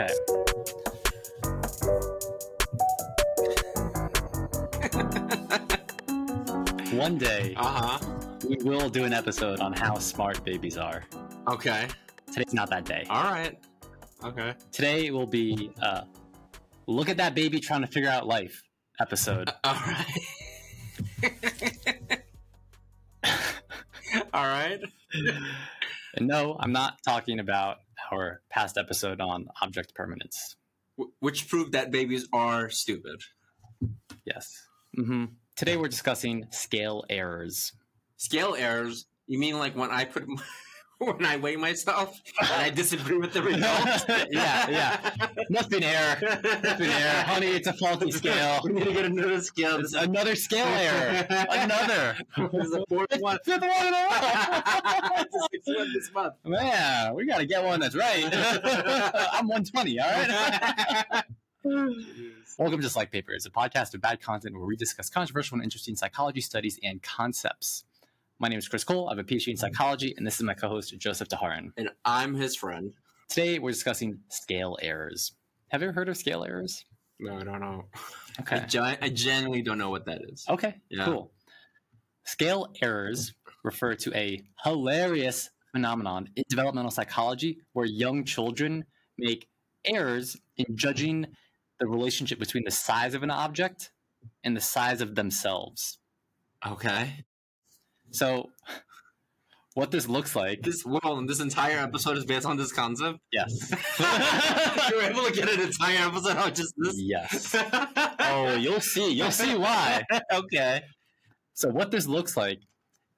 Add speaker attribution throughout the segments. Speaker 1: Okay. One day
Speaker 2: Uh huh.
Speaker 1: we will do an episode on how smart babies are.
Speaker 2: Okay.
Speaker 1: Today's not that day.
Speaker 2: All right. Okay.
Speaker 1: Today will be uh, look at that baby trying to figure out life episode.
Speaker 2: All right. All right.
Speaker 1: And no, I'm not talking about our past episode on object permanence.
Speaker 2: Wh- Which proved that babies are stupid.
Speaker 1: Yes. hmm Today we're discussing scale errors.
Speaker 2: Scale errors. You mean like when I put my- when I weigh myself and I disagree with the result?
Speaker 1: Yeah, yeah. Nothing error. Nothing error. Honey, it's a faulty scale.
Speaker 2: We need to get another scale.
Speaker 1: It's another scale error. Another.
Speaker 2: This is the fourth one.
Speaker 1: Fifth one in a row.
Speaker 2: It's the sixth one this month.
Speaker 1: Man, we got to get one that's right. I'm 120, all right? Welcome to Like Paper. It's a podcast of bad content where we discuss controversial and interesting psychology studies and concepts. My name is Chris Cole. I have a PhD in psychology, and this is my co host, Joseph Taharan.
Speaker 2: and I'm his friend.
Speaker 1: Today, we're discussing scale errors. Have you ever heard of scale errors?
Speaker 2: No, I don't know. I,
Speaker 1: Okay.
Speaker 2: gen- I genuinely don't know what that is.
Speaker 1: Okay,
Speaker 2: Yeah.
Speaker 1: cool. Scale errors refer to a hilarious phenomenon in developmental psychology where young children make errors in judging the relationship between the size of an object and the size of themselves.
Speaker 2: Okay.
Speaker 1: So, what this looks like,
Speaker 2: This world and this entire episode is based on this concept.
Speaker 1: yes,
Speaker 2: you were able to get an entire episode on just this.
Speaker 1: yes. Oh, you'll see, you'll see why.
Speaker 2: okay.
Speaker 1: So, what this looks like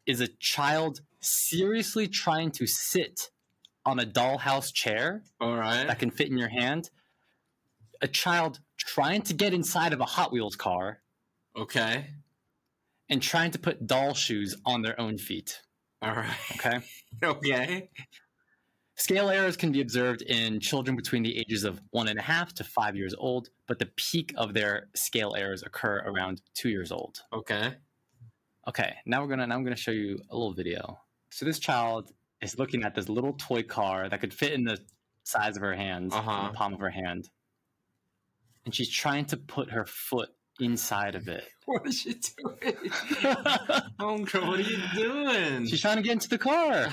Speaker 1: is a child seriously trying to sit on a dollhouse chair
Speaker 2: All
Speaker 1: that
Speaker 2: right.
Speaker 1: can fit in your hand. A child trying to get inside of a Hot Wheels car
Speaker 2: Okay.
Speaker 1: and trying to put doll shoes on their own feet.
Speaker 2: All right.
Speaker 1: Okay.
Speaker 2: Okay.
Speaker 1: Scale errors can be observed in children between the ages of one and a half to five years old, but the peak of their scale errors occur around two years old.
Speaker 2: Okay.
Speaker 1: Okay, now we're gonna now I'm gonna show you a little video. So this child is looking at this little toy car that could fit in the size of her hand, in
Speaker 2: Uh-huh.
Speaker 1: the palm of her hand, and she's trying to put her foot inside of it.
Speaker 2: What is she doing? Homegirl, what are you doing?
Speaker 1: she's trying to get into the car.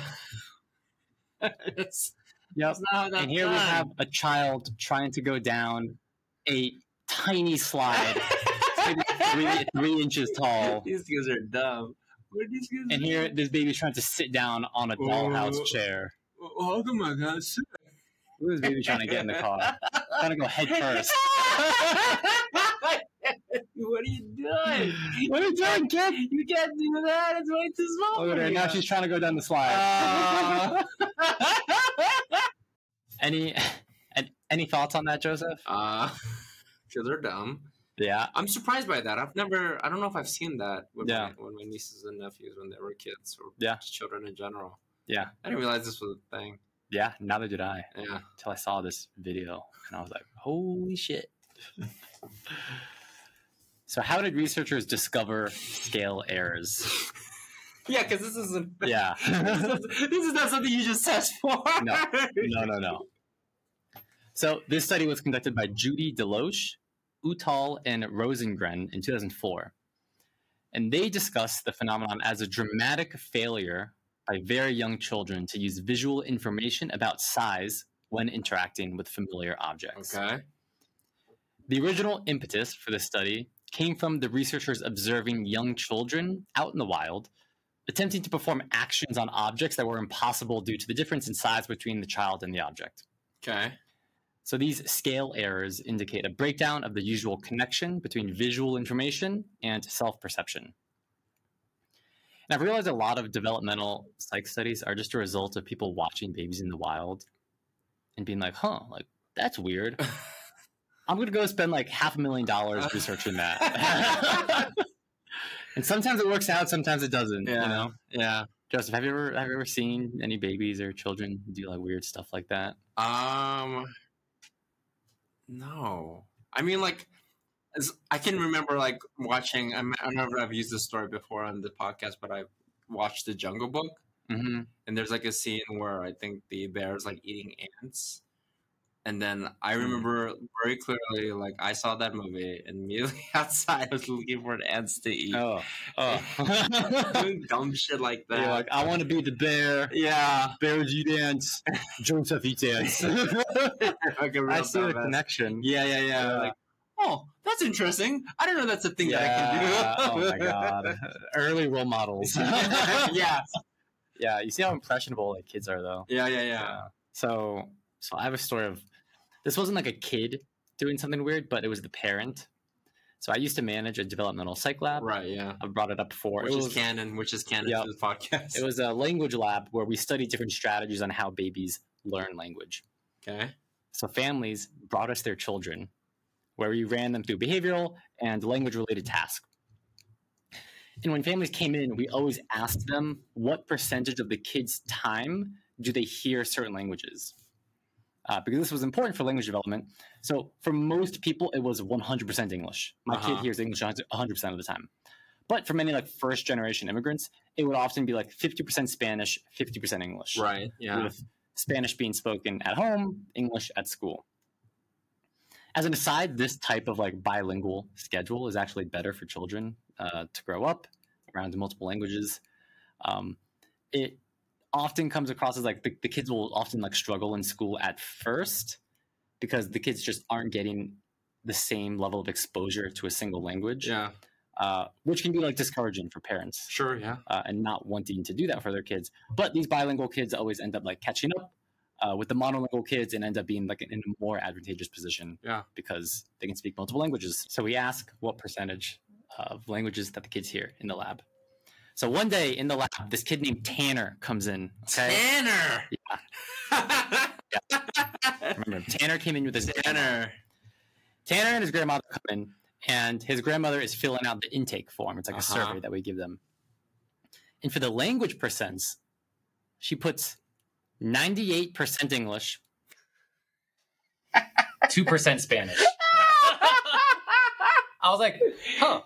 Speaker 2: That's-
Speaker 1: Yep.
Speaker 2: that's not how that's
Speaker 1: And here we
Speaker 2: done.
Speaker 1: have a child trying to go down a tiny slide, maybe three, three inches tall.
Speaker 2: These kids are dumb. What are these kids
Speaker 1: And here, this baby's trying to sit down on a dollhouse chair.
Speaker 2: Oh, come on, guys.
Speaker 1: This baby trying to get in the car, trying to go head first.
Speaker 2: what are you doing?
Speaker 1: What are you doing, kid?
Speaker 2: You can't do that. It's way too small.
Speaker 1: Look at her. Now she's trying to go down the slide. Uh. any, an- any thoughts on that, Joseph?
Speaker 2: uh, kids are dumb.
Speaker 1: Yeah.
Speaker 2: I'm surprised by that. I've never. I don't know if I've seen that with,
Speaker 1: Yeah.
Speaker 2: my, with my nieces and nephews when they were kids or
Speaker 1: Yeah.
Speaker 2: just children in general.
Speaker 1: Yeah.
Speaker 2: I didn't realize this was a thing.
Speaker 1: Yeah. Neither did I
Speaker 2: Yeah.
Speaker 1: until I saw this video and I was like, holy shit. so, how did researchers discover scale errors?
Speaker 2: Yeah, because this isn't.
Speaker 1: Yeah.
Speaker 2: this, is, this is not something you just test for.
Speaker 1: No. No, no, no. So this study was conducted by Judy Deloche, Utal, and Rosengren in 2004. And they discussed the phenomenon as a dramatic failure by very young children to use visual information about size when interacting with familiar objects.
Speaker 2: Okay.
Speaker 1: The original impetus for this study came from the researchers observing young children out in the wild attempting to perform actions on objects that were impossible due to the difference in size between the child and the object.
Speaker 2: Okay.
Speaker 1: So these scale errors indicate a breakdown of the usual connection between visual information and self perception. And I've realized a lot of developmental psych studies are just a result of people watching babies in the wild and being like, huh, like that's weird. I'm going to go spend like half a million dollars researching that. and sometimes it works out, sometimes it doesn't.
Speaker 2: Yeah.
Speaker 1: You know?
Speaker 2: Yeah.
Speaker 1: Joseph, have you ever have you ever seen any babies or children do like weird stuff like that?
Speaker 2: Um. No, I mean like. as- I can remember like watching. I'm- I don't know if I've used this story before on the podcast, but I watched The Jungle Book,
Speaker 1: Mm-hmm.
Speaker 2: and there's like a scene where I think the bear is like eating ants, And then I
Speaker 1: Hmm.
Speaker 2: remember very clearly, like I saw that movie, and immediately outside I was looking for ants to eat,
Speaker 1: Oh, oh.
Speaker 2: doing dumb shit like that.
Speaker 1: You're like, I want to be the bear.
Speaker 2: yeah,
Speaker 1: Bears eat ants. Joseph eats ants.
Speaker 2: Fucking real
Speaker 1: I see the
Speaker 2: dumbass.
Speaker 1: connection.
Speaker 2: Yeah, yeah, yeah.
Speaker 1: Yeah.
Speaker 2: Like, oh, that's interesting. I don't know. That's a thing that I
Speaker 1: Yeah.
Speaker 2: can do.
Speaker 1: oh my god. Early role models.
Speaker 2: yeah,
Speaker 1: yeah, you see how impressionable like kids are though. Uh,
Speaker 2: yeah, yeah, yeah.
Speaker 1: So so I have a story of this wasn't like a kid doing something weird, but it was the parent. So I used to manage a developmental psych lab.
Speaker 2: Right, yeah.
Speaker 1: I've brought it up before.
Speaker 2: Which
Speaker 1: it
Speaker 2: is
Speaker 1: was
Speaker 2: canon. Which is canon
Speaker 1: Yep.
Speaker 2: to the podcast.
Speaker 1: it was a language lab where we studied different strategies on how babies learn language.
Speaker 2: okay.
Speaker 1: So families brought us their children, where we ran them through behavioral and language related tasks. And when families came in, we always asked them what percentage of the kids' time do they hear certain languages? Uh, because this was important for language development. So for most people, it was 100% English. My kid
Speaker 2: Uh-huh.
Speaker 1: hears English 100% of the time. But for many like first generation immigrants, it would often be like 50% Spanish, 50% English
Speaker 2: Right. Yeah.
Speaker 1: with Spanish being spoken at home, English at school. As an aside, this type of like bilingual schedule is actually better for children uh, to grow up around multiple languages. Um, it often comes across as like the, the kids will often like struggle in school at first because the kids just aren't getting the same level of exposure to a single language,
Speaker 2: Yeah.
Speaker 1: uh, which can be like discouraging for parents
Speaker 2: Sure. Yeah.
Speaker 1: uh, and not wanting to do that for their kids. But these bilingual kids always end up like catching up uh, with the monolingual kids and end up being like in a more advantageous position
Speaker 2: Yeah.
Speaker 1: because they can speak multiple languages. So we ask what percentage of languages that the kids hear in the lab. So one day in the lab, this kid named Tanner comes in. Okay,
Speaker 2: Tanner.
Speaker 1: remember Tanner came in with his
Speaker 2: Tanner.
Speaker 1: Tanner and his grandmother come in, and his grandmother is filling out the intake form. It's like
Speaker 2: Uh-huh.
Speaker 1: a survey that we give them. And for the language percents, she puts 98% English, 2% Spanish. I was like, huh,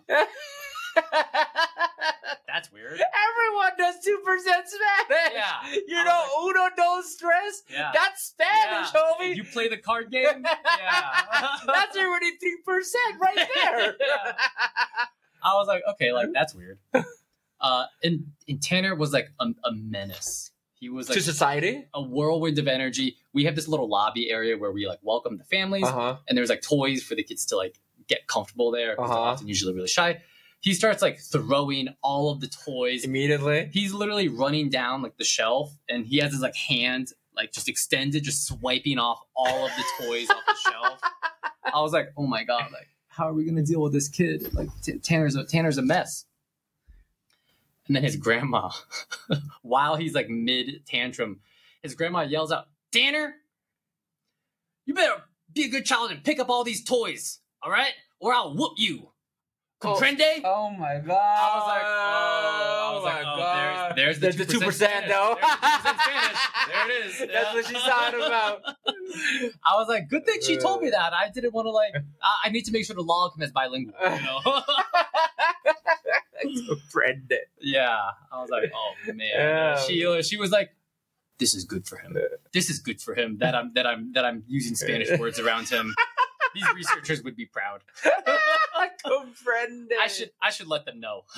Speaker 1: that's weird.
Speaker 2: Everyone does two percent Spanish.
Speaker 1: Yeah.
Speaker 2: You know, uno dos tres.
Speaker 1: Yeah.
Speaker 2: That's Spanish,
Speaker 1: Yeah.
Speaker 2: homie.
Speaker 1: play the card game?
Speaker 2: That's already three percent right there.
Speaker 1: I was like, okay, like that's weird. Uh, and, and Tanner was like a, a menace. He was like
Speaker 2: to society.
Speaker 1: a whirlwind of energy. We have this little lobby area where we like welcome the families,
Speaker 2: huh.
Speaker 1: and there's like toys for the kids to like get comfortable there. 'cause They're
Speaker 2: Uh-huh.
Speaker 1: often usually really shy. He starts like throwing all of the toys.
Speaker 2: Immediately.
Speaker 1: He's literally running down like the shelf, and he has his like hand like just extended, just swiping off all of the toys off the shelf. I was like, oh my god, like how are we gonna deal with this kid? Like T- Tanner's a, Tanner's a mess. And then his grandma, while he's like mid tantrum, his grandma yells out, "Tanner, you better be a good child and pick up all these toys, all right? Or I'll whoop you."
Speaker 2: Oh.
Speaker 1: Comprende?
Speaker 2: Oh my god!
Speaker 1: I was like, oh, I was like, oh, there's, there's the
Speaker 2: two
Speaker 1: 2%
Speaker 2: percent. No,
Speaker 1: Spanish. There's the 2% Spanish. There it is.
Speaker 2: That's what she's talking about.
Speaker 1: I was like, good thing she told me that. I didn't want to like. I, I need to make sure the law commits bilingual. You know?
Speaker 2: Friend.
Speaker 1: yeah, I was like, oh man,
Speaker 2: Yeah.
Speaker 1: she she was like, this is good for him. This is good for him that I'm that I'm that I'm using Spanish words around him. These researchers would be proud.
Speaker 2: Comprende.
Speaker 1: I should I should let them know.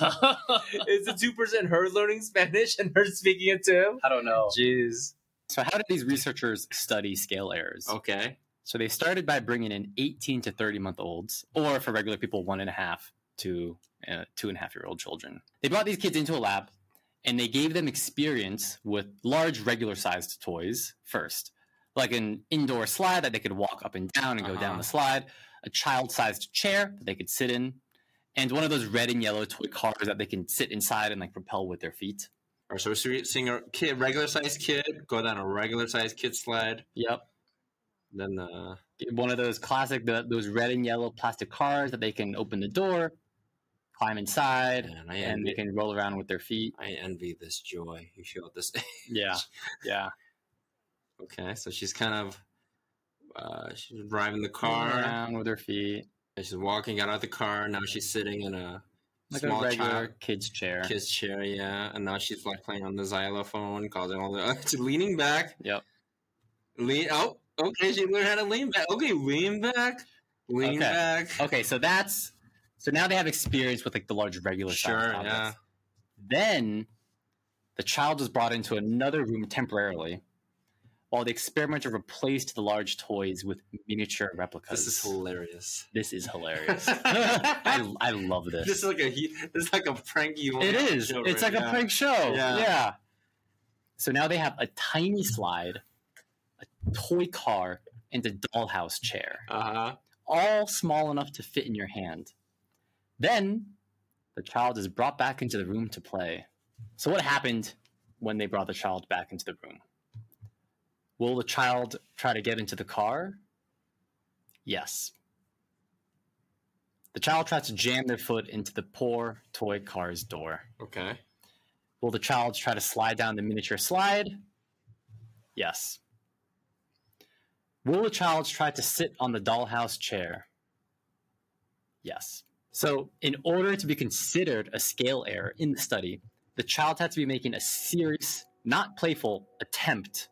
Speaker 2: Is the two percent her learning Spanish and her speaking it to him?
Speaker 1: I don't know.
Speaker 2: Jeez.
Speaker 1: So, how did these researchers study scale errors?
Speaker 2: Okay.
Speaker 1: So, they started by bringing in 18 to 30 month olds, or for regular people, one and a half to uh, two and a half year old children. They brought these kids into a lab and they gave them experience with large, regular sized toys first, like an indoor slide that they could walk up and down and go down
Speaker 2: Uh-huh.
Speaker 1: the slide, a child sized chair that they could sit in, and one of those red and yellow toy cars that they can sit inside and like propel with their feet.
Speaker 2: All right, so we're seeing a kid, regular sized kid, go down a regular sized kid slide.
Speaker 1: Yep.
Speaker 2: Then, uh,
Speaker 1: one of those classic the, those red and yellow plastic cars that they can open the door climb inside
Speaker 2: man, I
Speaker 1: and they
Speaker 2: envy,
Speaker 1: can roll around with their feet
Speaker 2: I envy this joy you feel at this
Speaker 1: yeah yeah
Speaker 2: Okay, so she's kind of uh, she's driving the
Speaker 1: Roll
Speaker 2: car.
Speaker 1: around with their feet
Speaker 2: and She's walking out of the car. Now she's sitting in a
Speaker 1: like
Speaker 2: small
Speaker 1: a regular
Speaker 2: child
Speaker 1: kid's chair
Speaker 2: kid's chair, yeah. And now she's like playing on the xylophone, causing all the. She's leaning back.
Speaker 1: Yep.
Speaker 2: Lean. Oh, Okay, she learned how to lean back. Okay, lean back, lean
Speaker 3: Okay.
Speaker 2: back.
Speaker 1: Oh,
Speaker 3: Okay, so that's so now they have experience with like the large regular size
Speaker 2: Sure,
Speaker 3: objects.
Speaker 2: yeah.
Speaker 3: Then the child was brought into another room temporarily, while the experimenter replaced the large toys with miniature replicas.
Speaker 2: This is hilarious.
Speaker 3: This is hilarious. I, I love this.
Speaker 2: This is like a he- this is like a pranky.
Speaker 3: it is. it's like a prank show.
Speaker 2: Yeah.
Speaker 3: yeah. So now they have a tiny slide, a toy car, and a dollhouse chair.
Speaker 2: Uh huh.
Speaker 3: all small enough to fit in your hand. Then the child is brought back into the room to play. So, what happened when they brought the child back into the room? Will the child try to get into the car? Yes. The child tries to jam their foot into the poor toy car's door.
Speaker 2: Okay.
Speaker 3: Will the child try to slide down the miniature slide? Yes. Will the child try to sit on the dollhouse chair? Yes. So, in order to be considered a scale error in the study, the child had to be making a serious, not playful, attempt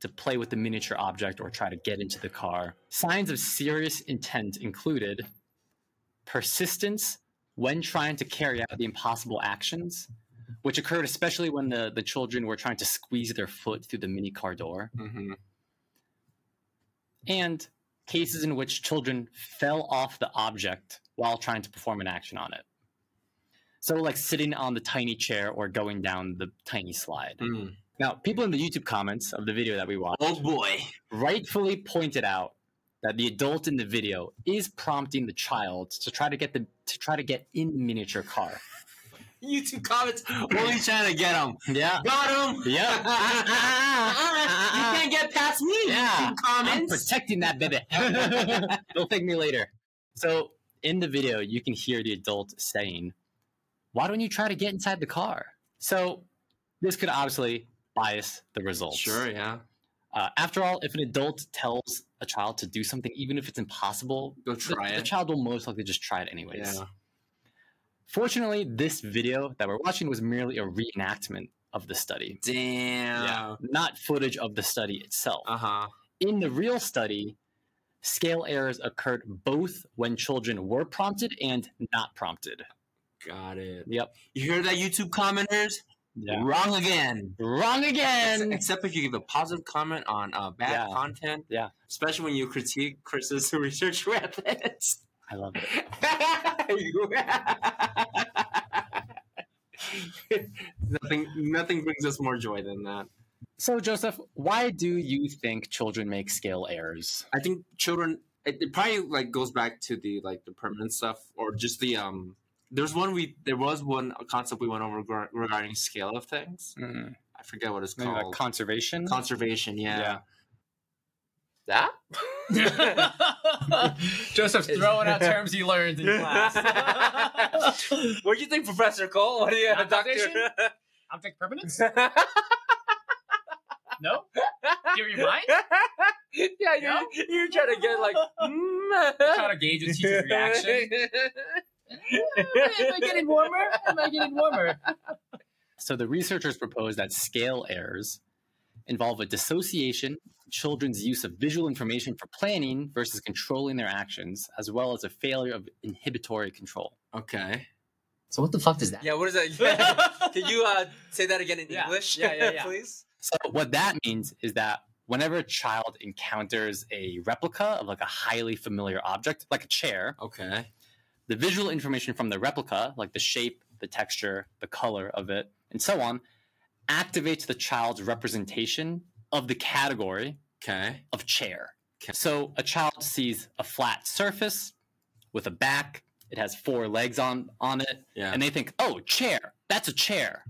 Speaker 3: to play with the miniature object or try to get into the car. Signs of serious intent included persistence when trying to carry out the impossible actions, which occurred especially when the, the children were trying to squeeze their foot through the mini car door,
Speaker 2: Mm-hmm.
Speaker 3: and cases in which children fell off the object while trying to perform an action on it. So, like sitting on the tiny chair or going down the tiny slide.
Speaker 2: Mm.
Speaker 3: Now, people in the YouTube comments of the video that we watched
Speaker 2: Oh boy.
Speaker 3: rightfully pointed out that the adult in the video is prompting the child to try to get the to try to get in the miniature car.
Speaker 2: YouTube comments. Only trying to get them.
Speaker 3: Yeah.
Speaker 2: Got him.
Speaker 3: Yeah.
Speaker 2: you can't get past me.
Speaker 3: Yeah.
Speaker 2: YouTube
Speaker 3: I'm
Speaker 2: comments.
Speaker 3: protecting that baby. They'll thank me later. So in the video, you can hear the adult saying, "Why don't you try to get inside the car?" So this could obviously bias the results.
Speaker 2: Sure. Yeah.
Speaker 3: Uh, after all, if an adult tells a child to do something, even if it's impossible,
Speaker 2: Go
Speaker 3: the,
Speaker 2: try
Speaker 3: the
Speaker 2: it.
Speaker 3: child will most likely just try it anyways.
Speaker 2: Yeah.
Speaker 3: Fortunately, this video that we're watching was merely a reenactment of the study.
Speaker 2: Damn.
Speaker 3: Not footage of the study itself.
Speaker 2: Uh huh.
Speaker 3: In the real study, scale errors occurred both when children were prompted and not prompted.
Speaker 2: Got it.
Speaker 3: Yep.
Speaker 2: You hear that, YouTube commenters? Wrong again.
Speaker 3: Wrong again.
Speaker 2: Except if you give a positive comment on uh, bad
Speaker 3: Yeah.
Speaker 2: content.
Speaker 3: Yeah.
Speaker 2: Especially when you critique Chris's research methods.
Speaker 3: I love it.
Speaker 2: nothing, nothing brings us more joy than that.
Speaker 3: So, Joseph, why do you think children make scale errors?
Speaker 2: I think children. It, it probably like goes back to the like the permanent stuff or just the um. There's one we there was one concept we went over regar- regarding scale of things.
Speaker 3: Mm,
Speaker 2: I forget what it's
Speaker 3: Maybe like
Speaker 2: called.
Speaker 3: Uh, conservation?
Speaker 2: Conservation. Yeah. That.
Speaker 1: Joseph's throwing out terms he learned in class.
Speaker 2: what do you think, Professor Cole? What do you,
Speaker 1: Conservation? Optic permanence? No? Do you mind?
Speaker 2: yeah,
Speaker 1: Yeah?
Speaker 2: you're trying to get like.
Speaker 1: Trying to gauge a teacher's reaction. Am I getting warmer? Am I getting warmer?
Speaker 3: So the researchers propose that scale errors involve a dissociation, of children's use of visual information for planning versus controlling their actions, as well as a failure of inhibitory control.
Speaker 2: okay.
Speaker 1: So what the fuck does that?
Speaker 2: Yeah, what is that? Can you uh, say that again in
Speaker 1: Yeah.
Speaker 2: English?
Speaker 1: Yeah, yeah, yeah.
Speaker 2: please.
Speaker 3: So what that means is that whenever a child encounters a replica of like a highly familiar object, like a chair,
Speaker 2: Okay.
Speaker 3: the visual information from the replica, like the shape, the texture, the color of it, and so on, activates the child's representation of the category
Speaker 2: Okay.
Speaker 3: of chair.
Speaker 2: Okay.
Speaker 3: So a child sees a flat surface with a back. It has four legs on on it,
Speaker 2: Yeah.
Speaker 3: and they think, "Oh, chair. That's a chair,"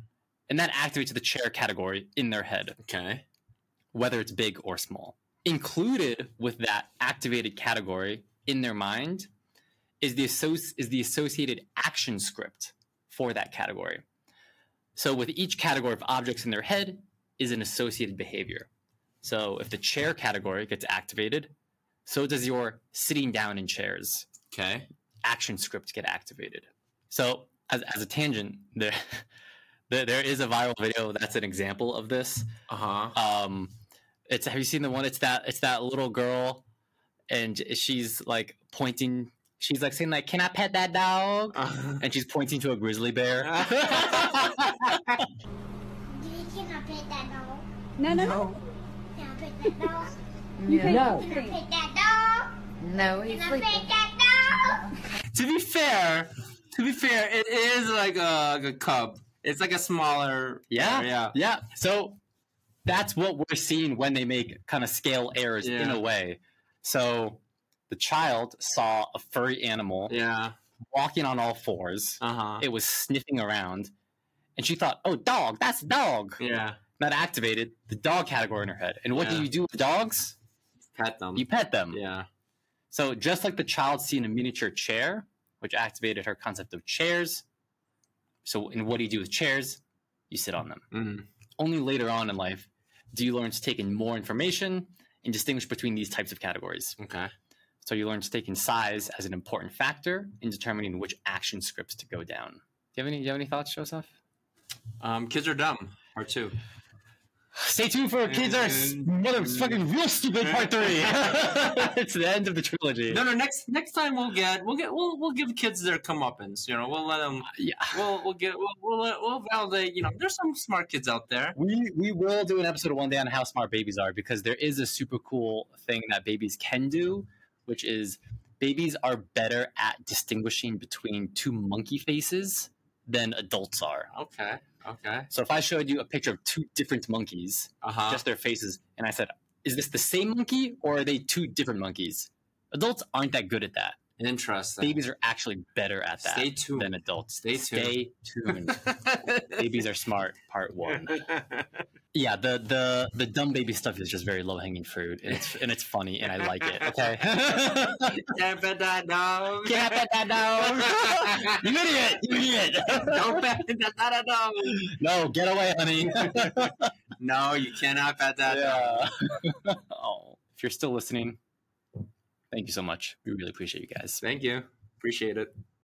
Speaker 3: and that activates the chair category in their head,
Speaker 2: okay.
Speaker 3: whether it's big or small. Included with that activated category in their mind is the associ- is the associated action script for that category. So with each category of objects in their head is an associated behavior. So if the chair category gets activated, so does your sitting down in chairs
Speaker 2: Okay.
Speaker 3: action script get activated. So as, as a tangent, there, there there is a viral video that's an example of this.
Speaker 2: Uh huh.
Speaker 3: Um, It's have you seen the one? It's that it's that little girl, and she's like pointing. She's like saying like, "Can I pet that dog?"
Speaker 2: Uh,
Speaker 3: And she's pointing to a grizzly bear.
Speaker 4: Can I pet that dog?
Speaker 5: No, no, no.
Speaker 4: Can I pet that dog?
Speaker 5: You can't
Speaker 4: Can I pet that
Speaker 6: No,
Speaker 4: dog?
Speaker 6: he's
Speaker 4: Can I
Speaker 6: sleeping.
Speaker 4: pet that dog?
Speaker 2: to be fair, to be fair, it is like a, like a cub. It's like a smaller.
Speaker 3: Yeah.
Speaker 2: yeah.
Speaker 3: Yeah. So that's what we're seeing when they make kind of scale errors in
Speaker 2: Yeah.
Speaker 3: a way. So the child saw a furry animal
Speaker 2: Yeah.
Speaker 3: walking on all fours.
Speaker 2: Uh huh.
Speaker 3: It was sniffing around. And she thought, oh, dog, that's dog.
Speaker 2: Yeah.
Speaker 3: That activated the dog category in her head. And what
Speaker 2: Yeah.
Speaker 3: do you do with dogs?
Speaker 2: Pet them.
Speaker 3: You pet them.
Speaker 2: Yeah.
Speaker 3: So just like the child seeing a miniature chair, which activated her concept of chairs. So, and what do you do with chairs? You sit on them.
Speaker 2: Mm.
Speaker 3: only later on in life do you learn to take in more information and distinguish between these types of categories.
Speaker 2: Okay.
Speaker 3: So you learn to take in size as an important factor in determining which action scripts to go down. Do you have any? Do you have any thoughts, Joseph?
Speaker 2: Um, kids are dumb. Part two.
Speaker 3: Stay tuned for kids are s- motherfucking real stupid part three. it's the end of the trilogy.
Speaker 2: No, no. Next, next time we'll get, we'll get, we'll, we'll give kids their comeuppance. You know, we'll let them.
Speaker 3: Yeah.
Speaker 2: We'll, we'll get, we'll, we'll, let, we'll validate. You know, there's some smart kids out there.
Speaker 3: We we will do an episode one day on how smart babies are because there is a super cool thing that babies can do, which is babies are better at distinguishing between two monkey faces than adults are.
Speaker 2: Okay. Okay.
Speaker 3: So if I showed you a picture of two different monkeys,
Speaker 2: Uh huh.
Speaker 3: just their faces, and I said, "Is this the same monkey or are they two different monkeys?" Adults aren't that good at that.
Speaker 2: Interesting.
Speaker 3: Babies are actually better at that
Speaker 2: Stay tuned.
Speaker 3: than adults.
Speaker 2: Stay
Speaker 3: Stay tuned. babies are smart. Part one. yeah the the the dumb baby stuff is just very low hanging fruit and it's and it's funny and i like it okay
Speaker 2: Can't pet that dog.
Speaker 3: Can't pet that dog. you idiot you idiot
Speaker 2: Don't pet that dog.
Speaker 3: no get away honey
Speaker 2: No, you cannot pet that dog.
Speaker 3: yeah. oh if you're still listening thank you so much we really appreciate you guys
Speaker 2: Thank you. Appreciate it.